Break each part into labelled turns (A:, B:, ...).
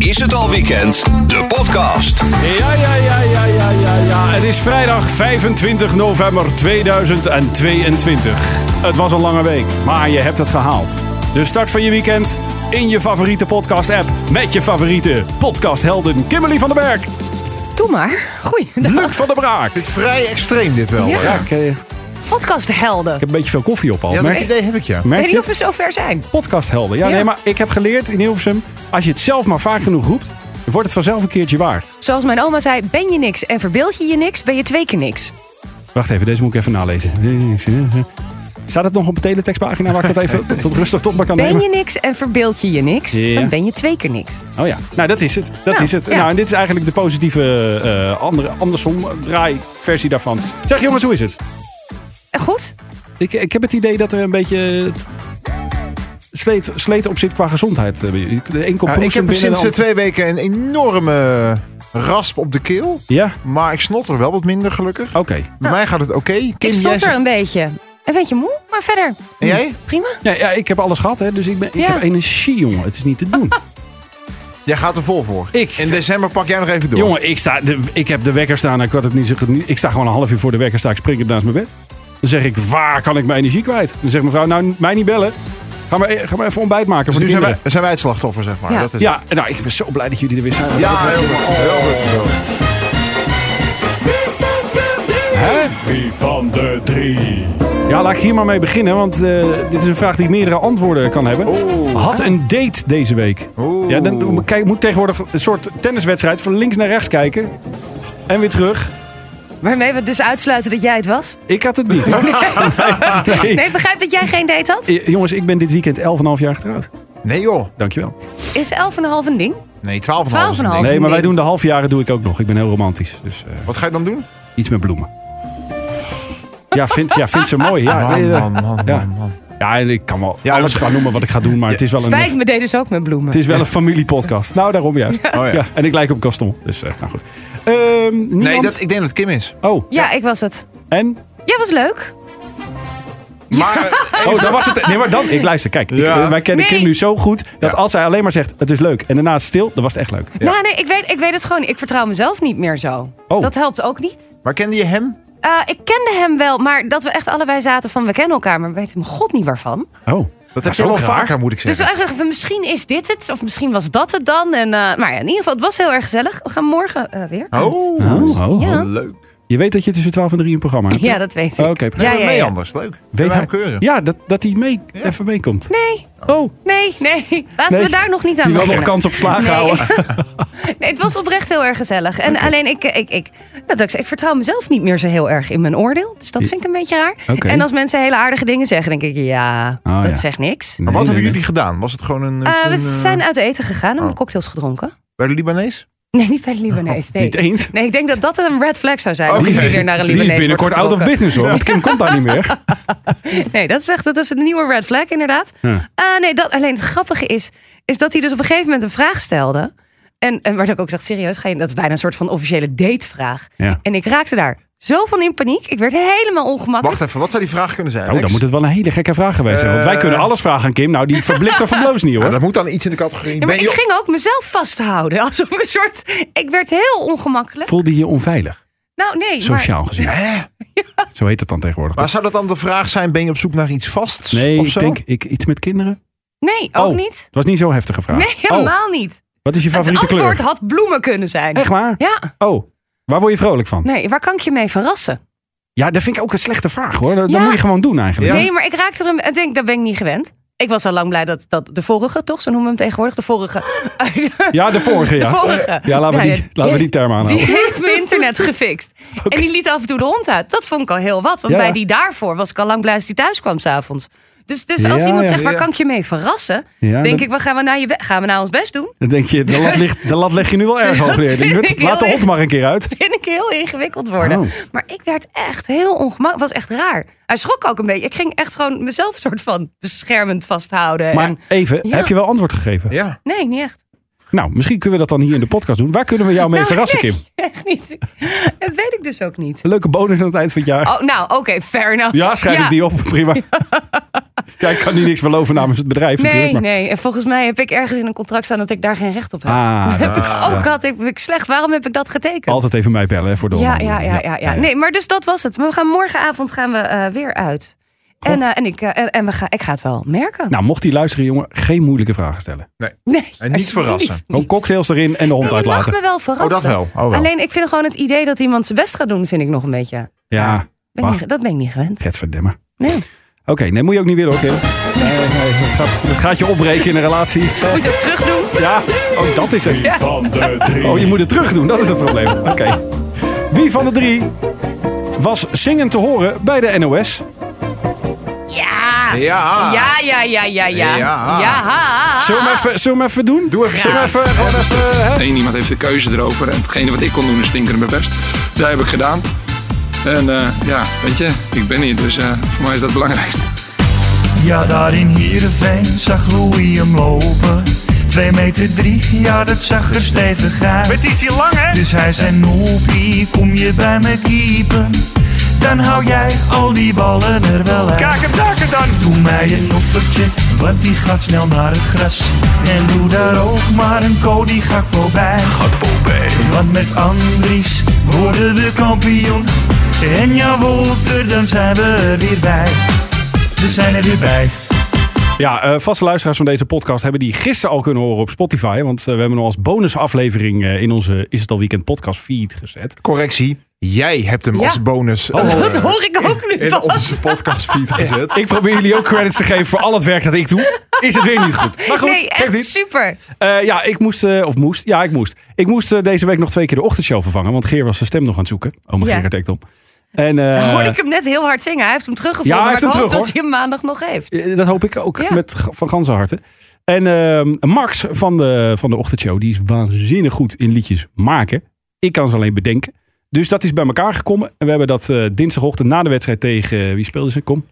A: Voetbal Weekend, de podcast.
B: Ja, ja, ja, ja, ja, ja, ja. Het is vrijdag 25 november 2022. Het was een lange week, maar je hebt het gehaald. De start van je weekend in je favoriete podcast-app. Met je favoriete podcasthelden Kimberly van den Berg,
C: Doe maar. Goeie.
B: Luc van der Braak. Ik
D: Vrij extreem dit wel.
C: Ja.
D: Ja,
C: Ja,
B: heb
C: Podcasthelden.
B: een beetje veel koffie op al.
D: dat
B: merk,
D: idee heb ik ja.
B: merk
C: Weet
B: je
C: niet of
B: het?
C: we zo ver zijn.
B: Podcasthelden. Ja,
C: Ja.
B: nee, maar ik heb geleerd in Hilversum... als je het zelf maar vaak genoeg roept... wordt het vanzelf een keertje waar.
C: Zoals mijn oma zei, ben je niks en verbeeld je je niks, ben je twee keer niks.
B: Wacht even, deze moet ik even nalezen. Staat het nog op de teletextpagina waar ik dat even tot- tot rustig tot me kan
C: Ben
B: nemen?
C: je niks en verbeeld je je niks,
B: Ja.
C: dan ben je twee keer niks.
B: Oh ja, nou dat is het. Dat
C: Ja,
B: is het.
C: ja.
B: Nou, en dit is eigenlijk de positieve eh, andere, andersom draai versie daarvan. Zeg jongens, hoe is het?
C: Eh, Goed?
B: Ik, ik heb het idee dat er een beetje sleet, sleet op zit qua gezondheid. eh, bij jullie. De een komt
D: Nou, ik
B: proestend
D: heb
B: binnen.
D: sinds
B: de ander-
D: eh, twee weken een enorme eh, rasp op de keel.
B: Ja,
D: Maar ik snotter wel wat minder gelukkig.
B: oké.
D: Bij mij gaat het oké. Kim,
C: ik
D: jij
C: stond er
D: zit-
C: een beetje. Een beetje moe, maar verder.
D: En jij?
C: Prima.
B: Ja, ja, ik heb alles gehad, hè, dus ik, ben, ik
C: Ja.
B: heb energie, jongen. Het is niet te doen.
D: Jij gaat er vol voor.
B: Ik-
D: In december pak jij nog even door.
B: Jongen, ik, sta, de- ik heb de wekker staan. Ik, had het niet zo goed, ik sta gewoon een half uur voor de wekker. Sta ik springend naast mijn bed. Dan zeg ik, waar kan ik mijn energie kwijt? Dan zegt mevrouw, nou, mij niet bellen. Ga maar, ga maar even ontbijt maken
D: dus
B: voor
D: nu
B: de
D: zijn wij,
B: kinderen.
D: zijn wij het slachtoffer, zeg maar.
C: Ja.
D: Dat is het.
B: Ja, nou, ik ben zo blij dat jullie er weer zijn.
D: ja heel goed. Heel goed.
B: Hè? Wie van de drie? Ja, laat ik hier maar mee beginnen, want eh, dit is een vraag die meerdere antwoorden kan hebben. Had een date deze week.
D: Oeh.
B: Ja, dan kijk, moet tegenwoordig een soort tenniswedstrijd van links naar rechts kijken. En weer terug.
C: Waarmee we dus uitsluiten dat jij het was.
B: Ik had het niet. hoor. Nee.
C: Nee, ik begrijp dat jij geen date had.
B: Eh, Jongens, ik ben dit weekend 11,5 jaar getrouwd.
D: Nee joh.
B: Dankjewel.
C: Is 11,5 een ding?
D: Nee, 12,5. is
C: 12,5.
D: het ding.
B: Nee, maar wij
C: nee.
B: doen de halfjaren doe ik ook nog. Ik ben heel romantisch. Dus eh,
D: Wat ga je dan doen?
B: iets met bloemen. Ja, vind, ja, vindt ze mooi. Ja,
D: Man,
B: nee, eh,
D: Ah, man, man,
B: ja.
D: man, man.
B: ja en ik kan wel
D: Ja,
B: alles
D: dat-
B: gaan noemen wat ik ga doen, maar het is wel
C: Spijt
B: een,
C: me, deed dus ook met bloemen.
B: het is wel een familiepodcast. Nou, daarom juist.
D: Oh, ja.
B: Ja, en ik lijk op Gaston. Dus, eh, nou goed. Ehm, niemand?
D: Nee, dat, ik denk dat het Kim is.
B: Oh,
C: Ja, ik was het.
B: en?
C: Jij was leuk.
D: Maar eh,
B: Oh, dan was het. Nee, maar dan. Ik luister, kijk. ik- eh,
D: Ja.
B: wij kennen
C: Nee.
B: Kim nu zo goed dat als zij alleen maar zegt het is leuk en daarna is stil, dan was het echt leuk.
C: Nou, nee, ik weet, ik weet het gewoon. Ik vertrouw mezelf niet meer zo.
B: Oh.
C: Dat helpt ook niet.
D: maar kende je hem?
C: Eh, ik kende hem wel, maar dat we echt allebei zaten van we kennen elkaar, maar we weten hem god niet waarvan.
B: Oh.
D: Dat heb je wel
B: ook raar.
D: vaker, moet ik
C: Dus we
D: zeggen.
C: eigenlijk dachten, misschien is dit het, of misschien was dat het dan. En, eh, maar ja, in ieder geval, het was heel erg gezellig. We gaan morgen eh, weer.
D: Oh,
B: Oh, oh,
C: Ja.
B: oh.
D: leuk.
B: Je weet dat je tussen 12 en 3 een programma hebt. hè?
C: Ja, dat weet ik.
B: Oké, prima.
C: ja, ja,
D: mee
C: ja.
D: anders. Leuk. Weet
B: hij-
D: hem keuren.
B: Ja, dat, dat hij mee, even meekomt.
C: Nee,
B: Oh,
C: nee, nee. Laten
B: Nee.
C: we daar nog niet aan
B: die wil nog
C: beginnen.
B: kans op slagen
C: Nee.
B: houden.
C: Nee, het was oprecht heel erg gezellig. En alleen ik, ik, ik, nou, dat ik, zei, ik vertrouw mezelf niet meer zo heel erg in mijn oordeel. Dus dat vind ik een beetje raar.
B: Oké.
C: En als mensen hele aardige dingen zeggen, denk ik, ja,
B: Oh,
C: dat
B: ja.
C: zegt niks.
D: Maar
B: Nee, nee,
D: wat hebben
B: nee.
D: jullie gedaan? Was het gewoon een... eh,
C: Eh,
D: een,
C: we
D: eh,
C: zijn Oh. uit eten gegaan en
D: oh.
C: cocktails gedronken.
D: Bij de Libanees?
C: Nee, niet bij de Libanees. Nee.
B: Oh, Niet eens.
C: Nee, ik denk dat dat een red flag zou zijn.
D: Oh,
C: als
D: die
C: je
D: is-
C: weer naar een
B: Die
C: Libanees
B: is binnenkort
C: wordt
B: out of
C: getrokken.
B: business hoor, want Kim komt daar niet meer.
C: Nee, dat is echt dat is een nieuwe red flag inderdaad.
B: Ja.
C: Ah, nee, dat, alleen het grappige is, is dat hij dus op een gegeven moment een vraag stelde. En, en waar ik ook zegt, serieus, ga je, dat is bijna een soort van officiële datevraag.
B: Ja.
C: En ik raakte daar zo van in paniek. Ik werd helemaal ongemakkelijk.
D: Wacht even, wat zou die vraag kunnen zijn?
B: Oh, dan
D: Lex?
B: moet het wel een hele gekke vraag geweest zijn. Want wij
D: Eh.
B: kunnen alles vragen aan Kim. Nou, die verblikt er verbloos niet
D: Ja,
B: hoor.
D: dat moet dan iets in de categorie...
C: Ja, maar
D: ben
C: ik
D: je-
C: ging ook mezelf vasthouden. Alsof ik een soort. Ik werd heel ongemakkelijk.
B: Voelde je je onveilig,
C: Nou, nee.
B: sociaal gezien.
D: Hè?
B: Zo heet het dan tegenwoordig.
D: Maar zou dat dan de vraag zijn, ben je op zoek naar iets vasts?
B: toch? Nee,
D: of zo?
B: ik denk ik, iets met kinderen.
C: Maar, nee, ook
B: Oh.
C: niet.
B: Het was niet zo heftige vraag.
C: Nee,
B: Oh,
C: helemaal niet.
B: wat is je
C: Het
B: favoriete
C: antwoord
B: kleur?
C: had bloemen kunnen zijn.
B: Echt waar?
C: Ja.
B: Oh, waar word je vrolijk van?
C: Nee, waar kan ik je mee verrassen?
B: Ja, dat vind ik ook een slechte vraag hoor. Dat, dat
C: Ja.
B: moet je gewoon doen eigenlijk.
D: Ja.
C: Nee, maar ik raakte er een. denk, dat ben ik niet gewend. Ik was al lang blij dat, dat de vorige, toch? Zo noemen we hem tegenwoordig. De vorige.
B: Ja, de vorige ja.
C: De vorige.
B: Ja, laten we
C: Nou,
B: die, laten we die term aanhouden.
C: Die heeft mijn internet gefixt. En die liet af en toe de hond uit. Dat vond ik al heel wat. Want
B: Ja.
C: bij die daarvoor was ik al lang blij dat die thuis kwam s'avonds. Dus, dus als
B: Ja,
C: iemand
B: ja,
C: zegt, waar
D: ja.
C: kan ik je mee verrassen?
B: Ja,
C: denk
B: dat-
C: ik, wat gaan we, naar je, we- gaan we nou ons best doen?
B: Dan denk je, de lat, ligt, de lat leg je nu wel erg hoog neer.
C: vind
B: Lieverd.
C: ik heel
B: Laat de hond
C: erg.
B: maar een keer uit.
C: Vind ik heel ingewikkeld worden.
B: Oh.
C: Maar ik werd echt heel ongemakkelijk. was echt raar. Hij schrok ook een beetje. Ik ging echt gewoon mezelf soort van beschermend vasthouden.
B: Maar
C: En,
B: even,
C: Ja.
B: heb je wel antwoord gegeven?
D: Ja.
C: nee, niet echt.
B: Nou, misschien kunnen we dat dan hier in de podcast doen. Waar kunnen we jou mee
C: Nou,
B: verrassen, Kim?
C: nee, echt niet. Dat weet ik dus ook niet.
B: Een leuke bonus aan het eind van het jaar.
C: Oh, nou, oké, fair enough.
B: ja, schrijf ik die op. Prima. Ja, ik kan niet niks beloven namens het bedrijf natuurlijk.
C: Nee,
B: maar-
C: nee. En volgens mij heb ik ergens in een contract staan dat ik daar geen recht op heb.
B: Ah,
C: heb ik
B: dat-
C: ook gehad. Ik, ik slecht. Waarom heb ik dat getekend?
B: Altijd even mij bellen hè, voor de
C: Ja, ja,
B: onderhandeling.
C: ja, ja, ja. Nee, maar dus dat was het. Maar We gaan morgenavond gaan we eh, weer uit. En, eh, en, ik, eh, en, en we gaan, ik ga het wel merken.
B: Nou, mocht die luisteren, jongen, geen moeilijke vragen stellen.
C: nee,
D: En niet verrassen.
B: Gewoon cocktails erin en de hond
C: Je mag
B: uitlaten.
C: me wel verrassen.
D: Oh, dat wel. Oh, wel.
C: Alleen ik vind gewoon het idee dat iemand zijn best gaat doen, vind ik nog een beetje.
B: Ja,
C: Ben ik niet- dat ben ik niet gewend.
B: Gert verdemmen.
C: Nee.
B: Oké, nee, moet je ook niet willen, oké. Nee, nee, het, gaat, het gaat je opbreken in een relatie.
C: Moet je het terug doen?
B: Ja, oh, dat is het.
E: Van de drie.
B: Oh, je moet het terug doen, dat is het probleem. Oké. Wie van de drie was zingend te horen bij de NOS?
C: Ja!
D: Ja.
C: Ja, ja, ja, ja, ja.
D: Ja.
C: Ja, ha, ha, ha.
B: Zullen we hem even, zullen we hem even doen?
D: Doe even.
B: Zullen we even, gewoon even, hè?
F: Eén iemand heeft de keuze erover. En hetgene wat ik kon doen is stinkeren mijn best. Dat heb ik gedaan. En eh, ja, weet je, ik ben hier. Dus eh, voor mij is dat het belangrijkste.
E: Ja, daar in Heerenveen zag Louis hem lopen. 2 meter 3, ja dat zag er stevig uit. Het is hier lang hè? Dus hij zei Noepie, kom je bij me keepen? Dan hou jij al die ballen er wel uit. Kijk hem daar dan! Doe mij een oppertje, want die gaat snel naar het gras. En doe daar ook maar een Cody Gakpo bij. Gakpo bij. Want met Andries worden we kampioen. En ja, Wolter, dan zijn we er weer bij. We zijn er weer bij.
B: Ja, eh, vaste luisteraars van deze podcast hebben die gisteren al kunnen horen op Spotify. Want eh, we hebben hem als bonusaflevering eh, in onze Is het al weekend podcast feed gezet.
D: Correctie. Jij hebt hem
C: Ja.
D: als bonus
B: Oh.
D: eh,
C: Dat hoor ik ook nu
D: in
C: pas.
D: onze podcastfeed gezet.
B: Ik probeer jullie ook credits te geven voor al het werk dat ik doe. Is het weer niet goed. Maar goed,
C: nee,
B: geeft
C: echt
B: niet.
C: super.
B: Eh, ja, ik moest, eh, of moest, ja, ik moest. Ik moest eh, deze week nog twee keer de ochtendshow vervangen, want Geer was zijn stem nog aan het zoeken. Oh, Oma
C: Ja.
B: Gerard Ekdom. En eh,
C: Dan hoorde ik hem net heel hard zingen. Hij heeft hem teruggevonden,
B: Ja, hij
C: maar
B: heeft hem
C: ik hoop
B: terug,
C: dat hij hem maandag nog heeft.
B: eh, dat hoop ik ook
C: Ja.
B: met, g- van ganse harte. En ehm, Max van de, van de ochtendshow, die is waanzinnig goed in liedjes maken. Ik kan ze alleen bedenken. Dus dat is bij elkaar gekomen. En we hebben dat eh, dinsdagochtend na de wedstrijd tegen, eh, wie speelde ze? Kom.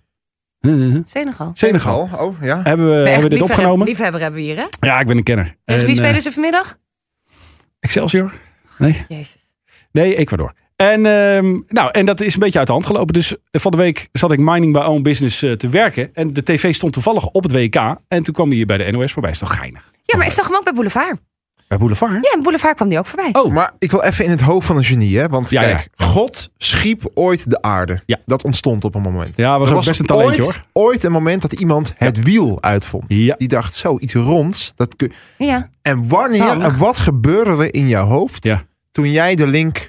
B: Eh,
C: Senegal.
B: Senegal.
D: Oh, ja.
B: Hebben we, hebben we
C: echt
B: dit
C: liefhebber-
B: opgenomen?
C: Liefhebber hebben we hier, hè?
B: Ja, ik ben een kenner.
C: Tegen wie
B: En, eh,
C: spelen ze vanmiddag?
B: Excelsior?
C: Jezus.
B: Nee, Ecuador. En, ehm, nou, en dat is een beetje uit de hand gelopen. Dus van de week zat ik Mining by Own Business eh, te werken. En de tv stond toevallig op het WK. En toen kwam hij hier bij de NOS voorbij. Is toch geinig?
C: Ja, maar ik zag hem ook bij Boulevard.
B: Bij Boulevard?
C: Ja, in Boulevard kwam die ook voorbij.
B: Oh.
D: Maar ik wil even in het hoofd van een genie, hè? Want
B: Ja,
D: kijk, God schiep ooit de aarde.
B: Ja.
D: Dat ontstond op een moment.
B: Ja, was
D: Er
B: ook best een talentje
D: ooit,
B: hoor.
D: ooit een moment dat iemand het wiel uitvond.
B: Ja.
D: Die dacht, zo, iets ronds. Dat kun...
C: Ja.
D: En wanneer
C: Zalig.
D: en wat gebeurde er in jouw hoofd
B: Nou, Ja.
D: toen jij de link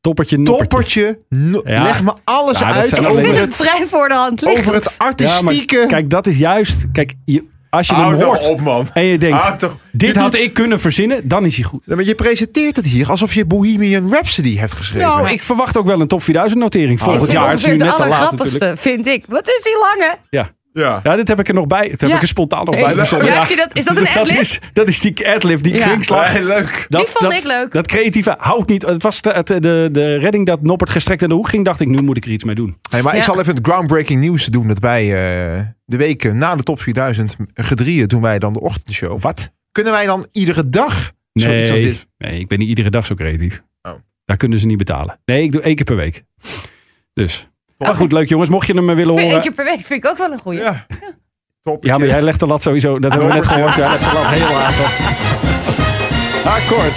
B: Toppertje, noppertje.
D: toppertje, no-
B: Ja.
D: leg me alles
B: Ja, dat
D: uit
B: zijn
C: Ik
D: over
B: alleen
C: vind hem
D: het,
C: vrij voor de hand liggend.
D: over het
B: Ja, maar
D: artistieke...
B: kijk, dat is juist. Kijk, je- als je
D: Hou
B: hem
D: nou
B: hoort
D: op, man.
B: en je denkt,
D: Hou toch-
B: dit
D: Dit
B: had
D: doet-
B: ik kunnen verzinnen, dan is hij goed.
D: Ja, maar je presenteert het hier alsof je Bohemian Rhapsody hebt geschreven.
B: Nou, ik verwacht ook wel een top 4000 notering
C: Ik
B: volgend
C: vind
B: jaar. Het Ah, is
C: ongeveer
B: nu
C: de
B: net te laat
C: allergrappigste,
B: natuurlijk.
C: vind ik. Wat is die lange?
B: Ja.
D: ja.
B: ja, dit heb ik er nog bij. Dat heb
C: Ja.
B: ik er spontaan nog
C: Hey.
B: bij verzonnen.
C: Ja, heb je dat- is dat een
B: dat
C: ad-lib?
B: is, dat is die ad-lib, die
C: Ja.
B: kwinkslag.
D: Hey, leuk.
B: Dat,
C: Die vond
B: dat,
C: ik leuk.
B: Dat creatieve houdt niet. Het was de, het- de, de redding dat Noppert gestrekt aan de hoek ging. Dacht ik, nu moet ik er iets mee doen.
D: Hey, maar
C: Ja.
D: ik zal even het groundbreaking nieuws doen. Dat wij eh, de weken na de top 4000 gedrieën doen wij dan de ochtendshow. Wat? Kunnen wij dan iedere dag zoiets als dit?
B: nee, ik ben niet iedere dag zo creatief.
D: Oh.
B: Daar kunnen ze niet betalen. Nee, ik doe één keer per week. Dus. Maar goed, leuk jongens. Mocht je hem eh, willen
C: Vind- Eén
B: horen.
C: keer per week vind ik ook wel een goeie.
D: Ja. Top.
B: Ja, maar jij legt de lat sowieso. Dat hebben we net gehoord. Jij legt de lat heel laag. op. Akkoord.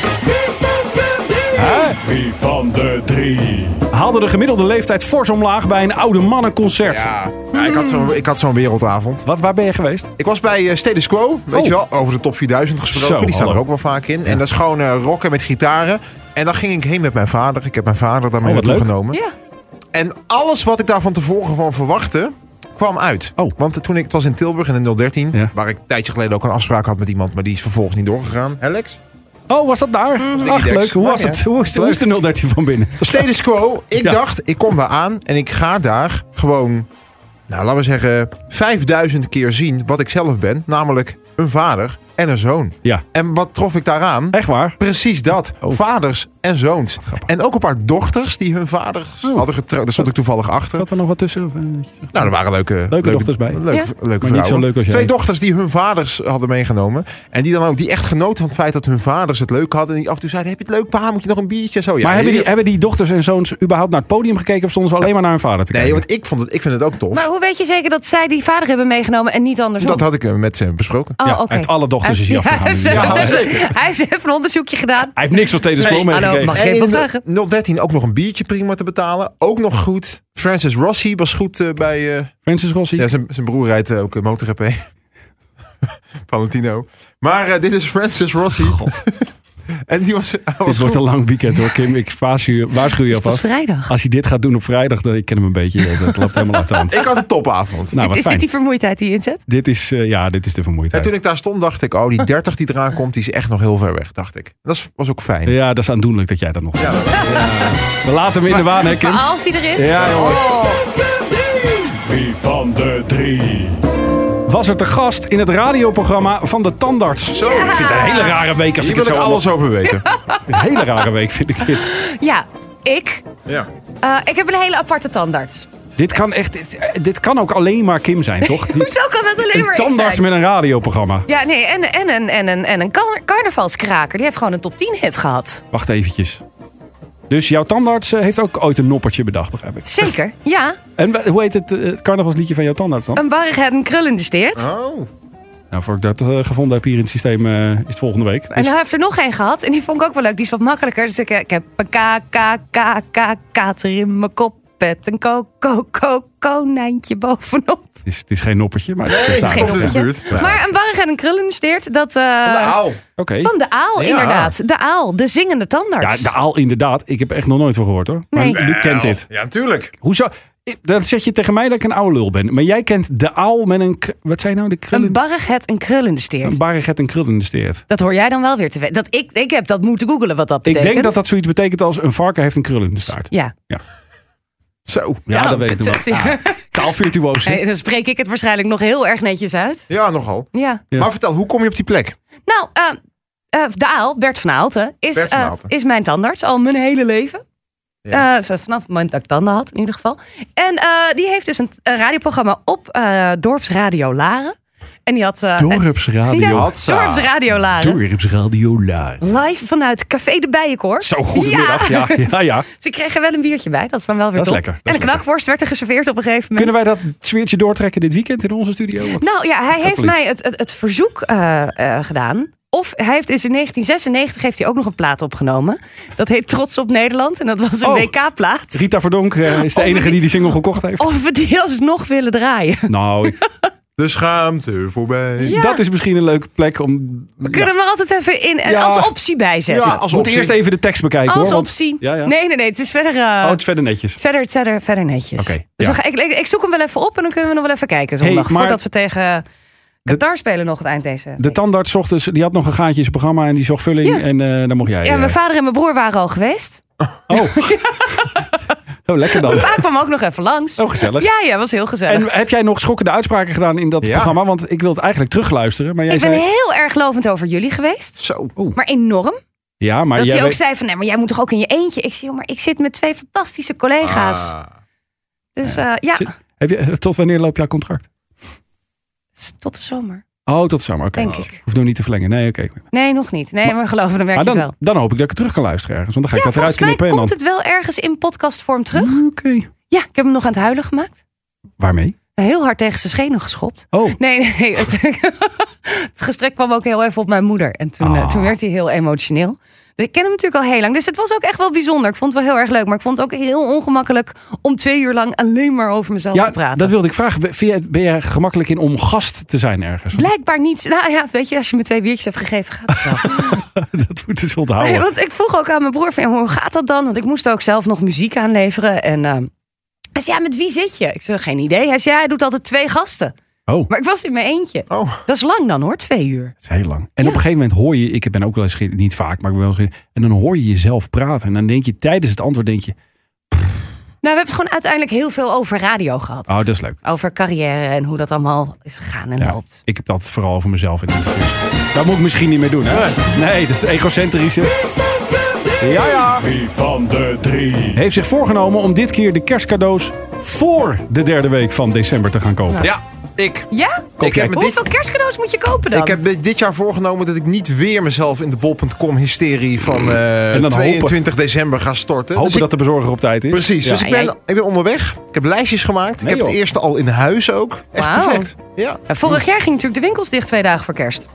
E: Wie van de drie?
B: Haalde de gemiddelde leeftijd fors omlaag bij een oude mannenconcert.
D: Ja, ja, ik had zo'n ik had zo'n wereldavond.
B: Wat, waar ben je geweest?
D: Ik was bij eh, Status Quo, weet
B: Oh.
D: je wel, over de top 4000 gesproken.
B: Zo,
D: die staan er
B: hallo.
D: ook wel vaak in. En dat is gewoon eh, rocken met gitaren. En dan ging ik heen met mijn vader. Ik heb mijn vader daarmee
B: Oh, wat
D: naartoe
B: leuk.
D: genomen.
C: Ja.
D: En alles wat ik daar van tevoren van verwachtte, kwam uit.
B: Oh.
D: Want toen ik, het was in Tilburg in de 013,
B: Ja.
D: waar ik een tijdje geleden ook een afspraak had met iemand, maar die is vervolgens niet doorgegaan. Alex?
B: Oh, was dat daar?
C: Mhm.
B: Ach,
D: Dicks.
B: leuk. Hoe was
D: Ja.
B: het? Hoe is, hoe is de 013 van binnen?
D: Status quo, ik
B: Ja.
D: dacht, ik kom daar aan en ik ga daar gewoon, nou laten we zeggen, 5000 keer zien wat ik zelf ben. Namelijk een vader en een zoon.
B: Ja.
D: En wat trof ik daaraan?
B: Echt waar?
D: Precies dat.
B: Oh.
D: Vaders en zoons. En ook een paar dochters die hun vaders
B: Oh.
D: hadden getrouwd. Daar stond ik toevallig achter.
B: Zat er nog wat tussen? Of, eh, dat je zegt-
D: Nou, er waren leuke, leuke
B: dochters bij.
D: Leuke,
C: Ja.
D: leuke
B: niet
D: vrouwen.
B: zo leuk als jij.
D: Twee dochters die hun vaders hadden meegenomen. En die dan ook, die echt genoten van het feit dat hun vaders het leuk hadden. En die af en toe zeiden, heb je het leuk pa, moet je nog een biertje? Zo, ja,
B: maar hebben
D: heel-
B: die, hebben die dochters en zoons überhaupt naar het podium gekeken of stonden ze alleen maar naar hun vader te kijken?
D: Nee, want ik, vond het, ik vind het ook tof.
C: Maar hoe weet je zeker dat zij die vader hebben meegenomen en niet andersom?
D: dat had ik eh, met ze besproken.
C: oh,
B: Ja,
C: oké.
B: Hij heeft alle dochters is
C: Hij-
B: hier afgegaan.
C: hij heeft-
B: Ja,
D: Ja,
C: hij heeft-
D: zeker.
C: Hij heeft even een onderzoekje gedaan.
B: Hij heeft niks van Tedesco
C: Nee, hallo,
B: meegekregen.
C: mag-
D: En
C: Geen
D: in
C: vragen.
D: de 013 ook nog een biertje prima te betalen. Ook nog goed. Francis Rossi was goed eh, bij... eh,
B: Francis Rossi.
D: ja, zijn, zijn broer rijdt eh, ook eh, MotoGP. Valentino. Maar eh, dit is Francis Rossi. en die was... hij was
B: Dit
D: goed.
B: wordt een lang weekend hoor, Kim. Ik waarschuw je, waarschuw je
C: Het is pas
B: alvast.
C: vrijdag.
B: Als hij dit gaat doen op vrijdag, dan, ik ken hem een beetje. Dat loopt helemaal uit de hand.
D: Ik had een topavond.
B: Nou, wat
C: is
B: fijn.
C: dit die vermoeidheid die je inzet?
B: Dit is, eh, ja, dit is de
D: En
B: vermoeidheid.
D: toen ik daar stond, dacht ik, oh, die 30 die eraan komt, die is echt nog heel ver weg, dacht ik. Dat is- was ook fijn.
B: Ja, dat is aandoenlijk dat jij dat nog doet. We laten hem in de waan, hè Kim?
C: Maar als hij er is. Oh.
D: Ja, jongen.
B: Wie van de drie? Was er te gast in het radioprogramma van de tandarts.
D: Zo,
B: Ik vind het een hele rare week als
D: hier
B: ik het
D: wil
B: zo...
D: ik alles over weten.
B: Een hele rare week vind ik dit.
C: Ja, ik.
D: Ja.
C: Eh, ik heb een hele aparte tandarts.
B: Dit kan echt... Dit, eh, dit kan ook alleen maar Kim zijn, toch? Die-
C: Hoezo kan dat alleen
B: een
C: maar ik
B: tandarts
C: zijn?
B: met een radioprogramma.
C: Ja, nee, en, en, en, en, en, en een carna- carnavalskraker. Die heeft gewoon een top 10 hit gehad.
B: Wacht eventjes. Dus jouw tandarts eh, heeft ook ooit een noppertje bedacht, begrijp ik.
C: Zeker, ja.
B: En wa- hoe heet het, eh, het carnavalsliedje van jouw tandarts dan?
C: Een barrigheid en krul in de steert.
D: Oh.
B: Nou, voor ik dat eh, gevonden heb hier in het systeem, eh, is het volgende week.
C: En
B: Dus-
C: hij heeft er nog één gehad. En die vond ik ook wel leuk. Die is wat makkelijker. Dus ik, ik heb een k, k, k, k, kater in mijn kop. Pet een ko, ko, ko, konijntje bovenop.
B: het, is, het is geen noppertje, maar het
D: het
B: bestaat
D: is
B: wel.
D: geen
B: Ja.
D: noppertje. buurt. Ja.
C: Maar een barrig en een krul in de steert, dat... eh,
D: Nou,
B: Oké.
C: van de aal,
D: Ja.
C: inderdaad. De aal, de zingende
B: Ja,
C: tandarts.
B: de aal inderdaad. Ik heb echt nog nooit van gehoord hoor. Maar
C: Nee.
B: Luc kent dit.
D: Ja, natuurlijk.
B: Hoezo? Ik- Dan zeg je tegen mij dat ik een oude lul ben. Maar jij kent de aal met een... k- Wat zijn nou de krullen?
C: Een barrigheid en krul in de steert.
B: Een barriget en krullen in de steert.
C: Dat hoor jij dan wel weer te weten. Dat ik, ik heb dat moeten googelen wat dat
B: Ik
C: betekent.
B: denk dat dat zoiets betekent als een varken heeft een krul in de staart.
C: Ja,
D: Zo.
B: Ja,
C: Ja,
B: dat weet ik
C: dat-
B: nog wel.
C: dat- ja.
B: Ah, taalvirtuoos, hè?
C: Hey, dan spreek ik het waarschijnlijk nog heel erg netjes uit.
D: Ja, nogal.
C: Ja.
B: Ja.
D: Maar vertel, hoe kom je op die plek?
C: Nou, eh, eh, de Aal, Bert van Aalten, is,
D: Bert van
C: eh,
D: Aalten.
C: is mijn tandarts al mijn hele leven.
D: Ja.
C: Eh, v- vanaf het moment dat ik tanden had, in ieder geval. En eh, die heeft dus een, een radioprogramma op eh Dorpsradio Laren. En die had... eh, een- Ja,
B: Dorpsradio.
D: Hatsa.
C: Dorpsradio Laren.
B: Dorpsradio Laar.
C: Live vanuit Café de Bijenkoor.
B: Zo, goedemiddag. Ja, ja, ja.
C: Ze kregen wel een biertje bij, dat is dan wel weer
B: Dat is
C: top.
B: lekker, dat
C: en
B: is
C: een knakworst werd er geserveerd op een gegeven moment.
B: Kunnen wij dat zweertje doortrekken dit weekend in onze studio? Want-
C: Nou ja, hij
B: Dat
C: heeft
B: lied.
C: mij het, het, het verzoek eh, eh, gedaan. Of hij heeft is in 1996 heeft hij ook nog een plaat opgenomen. Dat heet Trots op Nederland. En dat was een
B: Oh.
C: WK-plaat.
B: Rita Verdonk eh, is de
C: Of
B: enige
C: die-
B: die die single gekocht heeft.
C: Of we die alsnog willen draaien.
B: Nou, ik-
D: De schaamte voorbij.
C: Ja.
B: dat is misschien een leuke plek om...
C: We kunnen hem er altijd even in en
B: Ja.
C: als optie bijzetten.
D: Ja, als
B: Moet
D: optie.
B: eerst even de tekst bekijken
C: als
B: hoor. want-
C: optie.
B: Ja, ja.
C: Nee, nee, nee. Het is verder, eh,
B: Oh, het is verder netjes.
C: verder, het is verder, verder netjes.
B: Oké, ja.
C: Dus we gaan- ik, ik, ik zoek hem wel even op en dan kunnen we nog wel even kijken zondag.
B: maar-
C: voordat we tegen Qatar spelen nog het eind deze
B: De
C: week.
B: tandarts ochtends, die had nog een gaatje in zijn programma en die zocht vulling.
C: Ja.
B: En eh dan mocht jij.
C: Ja,
B: eh,
C: mijn vader en mijn broer waren al geweest.
B: oh. oh, lekker dan.
C: Pa kwam ook nog even langs.
B: Oh, gezellig.
C: Ja, ja, was heel gezellig.
B: En heb jij nog schokkende uitspraken gedaan in dat
D: Ja.
B: programma? Want ik wil het eigenlijk terugluisteren. Maar jij
C: Ik ben
B: zei...
C: heel erg lovend over jullie geweest.
D: Zo.
C: Maar enorm.
B: Ja, maar
C: dat
B: Ah, jij
C: hij ook
B: weet-
C: zei van, nee, maar jij moet toch ook in je eentje? Ik zie, joh, maar ik zit met twee fantastische collega's.
D: Ah.
C: dus eh, ja,
B: Zit- heb je, tot wanneer loopt jouw contract?
C: s- tot de zomer,
B: Oh, tot zomer. Oké.
C: denk ik.
B: Hoeft nog niet te verlengen. Nee, oké.
C: Nee, nog niet. Nee, maar geloof me, dan
B: Maar Ah,
C: werkt het wel.
B: dan, dan hoop ik dat ik het terug kan luisteren ergens. Want dan ga
C: Ja,
B: ik dat eruit
C: volgens mij
B: knippen.
C: komt
B: En dan... Mm. Ah,
C: het wel ergens in podcastvorm terug.
B: Oké.
C: Ja, ik heb hem nog aan het huilen gemaakt.
B: Waarmee?
C: Heel hard tegen zijn schenen geschopt.
B: Oh,
C: Nee, nee. Het, het gesprek kwam ook heel even op mijn moeder. En toen, eh,
B: Ah.
C: toen werd hij heel emotioneel. Ik ken hem natuurlijk al heel lang. Dus het was ook echt wel bijzonder. Ik vond het wel heel erg leuk. Maar ik vond het ook heel ongemakkelijk om twee uur lang alleen maar over mezelf te
B: ja,
C: praten.
B: dat wilde ik vragen. Ben- Vind jij, ben jij gemakkelijk in om gast te zijn ergens? Want
C: Blijkbaar niet. Nou ja, weet je, als je me twee biertjes hebt gegeven, gaat het wel.
B: dat moet dus onthouden.
C: Nee, want ik vroeg ook aan mijn broer van, ja, hoe gaat dat dan? Want ik moest ook zelf nog muziek aanleveren. En ehm, hij zei, ja, met wie zit je? Ik zei, geen idee. Hij zei, ja, hij doet altijd twee gasten.
B: Oh,
C: Maar ik was in mijn eentje.
D: Oh.
C: Dat is lang dan hoor, twee uur.
B: dat is heel lang. En op een gegeven moment hoor je, ik ben ook wel eens, ge- niet vaak, maar ik ben wel eens, ge- en dan hoor je jezelf praten. En dan denk je tijdens het antwoord, denk je,
C: Nou, we hebben het gewoon uiteindelijk heel veel over radio gehad.
B: Oh, dat is leuk.
C: Over carrière en hoe dat allemaal is gegaan en
B: Ja,
C: loopt.
B: ik heb dat vooral voor mezelf in interviews. Dat moet ik misschien niet meer doen, hè? Nee, dat egocentrische. Ja, ja. Wie van de drie? Heeft zich voorgenomen om dit keer de kerstcadeaus voor de derde week van december te gaan kopen.
D: Ja, ik.
C: Ja?
D: Ik heb me dit-
C: Hoeveel kerstcadeaus moet je kopen dan?
D: Ik heb me dit jaar voorgenomen dat ik niet weer mezelf in de bol.com hysterie van eh,
B: En dan
D: 22 december ga storten.
B: Hopen
D: Dus ik-
B: dat de bezorger op tijd is.
D: Precies.
B: Ja.
D: Dus ik ben,
C: jij-
D: ik ben onderweg. Ik heb lijstjes gemaakt.
B: Nee,
D: ik heb
B: joh.
D: de eerste al in huis ook. Echt
C: Wauw.
D: perfect. Ja.
C: Ja, Vorig jaar ging natuurlijk de winkels dicht twee dagen voor kerst.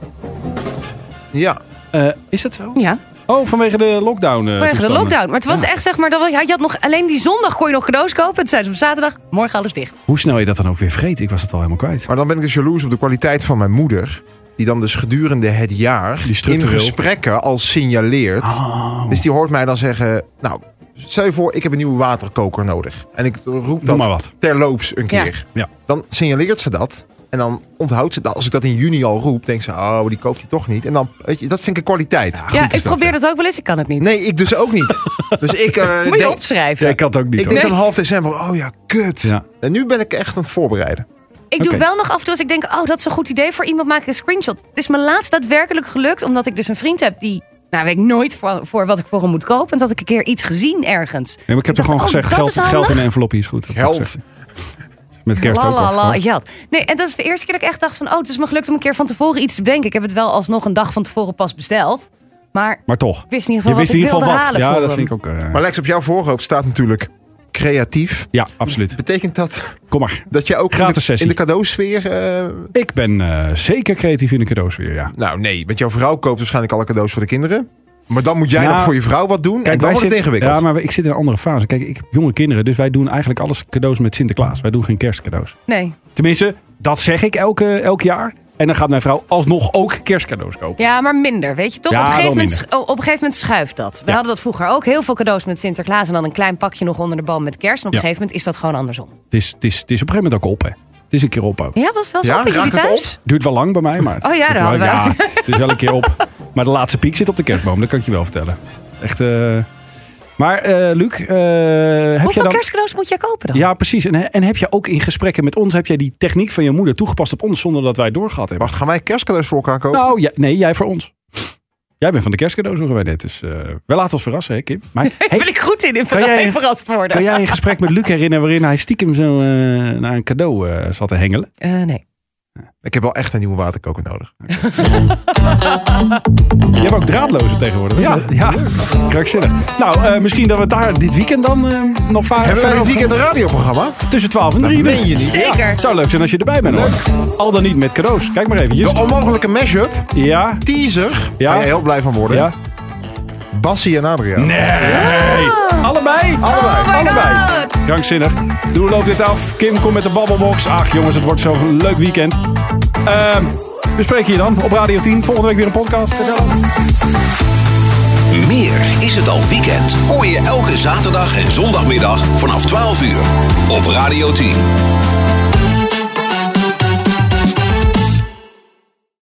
D: ja.
B: Eh, is dat zo?
C: Ja,
B: Oh, vanwege de lockdown. eh,
C: vanwege de
B: toestanden.
C: lockdown. Maar het was echt zeg maar, dat was- ja, je had nog, alleen die zondag kon je nog cadeaus kopen. Het zijn ze op zaterdag, morgen alles dicht.
B: Hoe snel je dat dan ook weer vergeet, ik was het al helemaal kwijt.
D: Maar dan ben ik dus jaloers op de kwaliteit van mijn moeder. Die dan dus gedurende het jaar
B: Die
D: in
B: structureel. Oh.
D: gesprekken al signaleert. Dus die hoort mij dan zeggen... Nou, stel je voor, ik heb een nieuwe waterkoker nodig. En ik roep
B: Doe
D: dat
B: maar wat.
D: terloops een
C: Ja.
D: keer.
B: Ja.
D: Dan signaleert ze dat. En dan onthoudt ze dat. Als ik dat in juni al roep, denkt ze... Oh, die koopt hij toch niet. En dan, weet je, dat vind ik een kwaliteit.
C: ja,
B: is
C: ik
B: dat,
C: probeer dat, ook wel eens, ik kan het niet.
D: Nee, ik dus ook niet. dus ik eh,
C: Moet je
D: denk,
C: opschrijven.
B: Ja, ik had het ook niet.
D: ik
B: hoor.
D: denk dan half december... Oh ja, kut.
B: Ja.
D: En nu ben ik echt aan het voorbereiden.
C: Ik doe
B: Oké.
C: wel nog af en toe als ik denk, oh, dat is een goed idee voor iemand, maak ik een screenshot. Het is me laatst daadwerkelijk gelukt, omdat ik dus een vriend heb die... Nou, weet ik nooit voor, voor wat ik voor hem moet kopen. En dat ik een keer iets gezien ergens.
B: Nee, maar ik heb toch
C: dacht,
B: gewoon
C: oh,
B: gezegd,
C: dat
B: geld,
C: is handig.
B: geld in een envelopje is goed. Dat heb ik
D: Geld.
B: gezegd. Met kerst ook al.
C: Lalala, ja. Nee, en dat is de eerste keer dat ik echt dacht van... oh, het is me gelukt om een keer van tevoren iets te bedenken. Ik heb het wel alsnog een dag van tevoren pas besteld. Maar ik
B: Maar toch.
C: wist in ieder
B: Je
C: geval
B: wist in
C: wat ik
B: ieder
C: wilde
B: geval wat.
C: halen
B: Ja,
C: voor
B: dat
C: hem.
B: vind ik ook. eh,
D: Maar Lex, op jouw voorhoofd staat natuurlijk creatief.
B: ja, absoluut.
D: Betekent dat
B: Kom maar.
D: dat je ook in
B: Gratis
D: de,
B: sessie.
D: in de cadeausfeer... eh,
B: Ik ben eh, zeker creatief in de cadeaus weer, ja.
D: nou nee, want jouw vrouw koopt waarschijnlijk alle cadeaus voor de kinderen. Maar dan moet jij
B: Nou,
D: nog voor je vrouw wat doen. en dan
B: wij
D: wordt het
B: zitten-
D: ingewikkeld.
B: Ja, maar we- ik zit in een andere fase. Kijk, ik heb jonge kinderen, dus wij doen eigenlijk alles cadeaus met Sinterklaas. Wij doen geen kerstcadeaus.
C: Nee.
B: Tenminste, dat zeg ik elke, elk jaar. En dan gaat mijn vrouw alsnog ook kerstcadeaus kopen.
C: Ja, maar minder, weet je toch?
B: Ja,
C: op, een gegeven
B: wel
C: moment, sch- op een gegeven moment schuift dat. We
B: Ja.
C: hadden dat vroeger ook. Heel veel cadeaus met Sinterklaas en dan een klein pakje nog onder de boom met kerst. En op
B: Ja.
C: een gegeven moment is dat gewoon andersom.
B: Het, is, het, is, het is op een gegeven moment ook op, hè. Het is een keer op ook.
C: Ja, was het wel zo
D: Ja,
C: bij jullie
D: raakt het
C: thuis?
B: Duurt wel lang bij mij, maar...
C: Oh ja,
B: het-
C: daar hadden wij.
B: ja, het is wel een keer op. Maar de laatste piek zit op de kerstboom, dat kan ik je wel vertellen. Echt... eh, Maar eh, Luc, eh, heb je
C: Hoeveel
B: dan...
C: kerstcadeaus moet jij kopen dan?
B: Ja, precies. En, en heb je ook in gesprekken met ons, heb jij die techniek van je moeder toegepast op ons zonder dat wij het doorgehad hebben?
D: Wacht, gaan wij kerstcadeaus voor elkaar kopen?
B: Nou, ja, nee, jij voor ons. Jij bent van de kerstcadeaus, horen wij net. Dus eh, wij laten ons verrassen, hè Kim? Maar
C: ben
B: heeft,
C: ik goed in, in
B: Kan jij-
C: verrast worden.
B: kan jij een gesprek met Luc herinneren waarin hij stiekem zo eh, naar een cadeau eh, zat te hengelen?
C: Eh, nee.
D: Ik heb wel echt een nieuwe waterkoker nodig.
B: Je hebt ook draadlozen tegenwoordig.
D: Ja.
B: ja. krankzinnig. Nou, eh, misschien dat we daar dit weekend dan eh, nog vaak...
D: Hebben wij dit weekend een radioprogramma?
B: Tussen 12 en 3
D: Dat meen je niet.
C: Zeker.
B: Ja, het zou leuk zijn als je erbij bent hoor. Al dan niet met cadeaus. Kijk maar eventjes.
D: De onmogelijke mashup,
B: Ja.
D: teaser.
B: Ja.
D: Waar je heel blij van worden.
B: Ja.
D: Bassie en Adriaan.
B: Nee. Allebei?
D: Allebei.
C: Oh my
B: Allebei.
C: God.
B: Krankzinnig. Doe loopt dit af. Kim, kom met de babbelbox. Ach jongens, het wordt zo'n leuk weekend. Ehm, we spreken je dan op Radio 10. Volgende week weer een podcast. Tot dan.
A: Meer is het al weekend. Hoor je elke zaterdag en zondagmiddag vanaf 12 uur op Radio 10.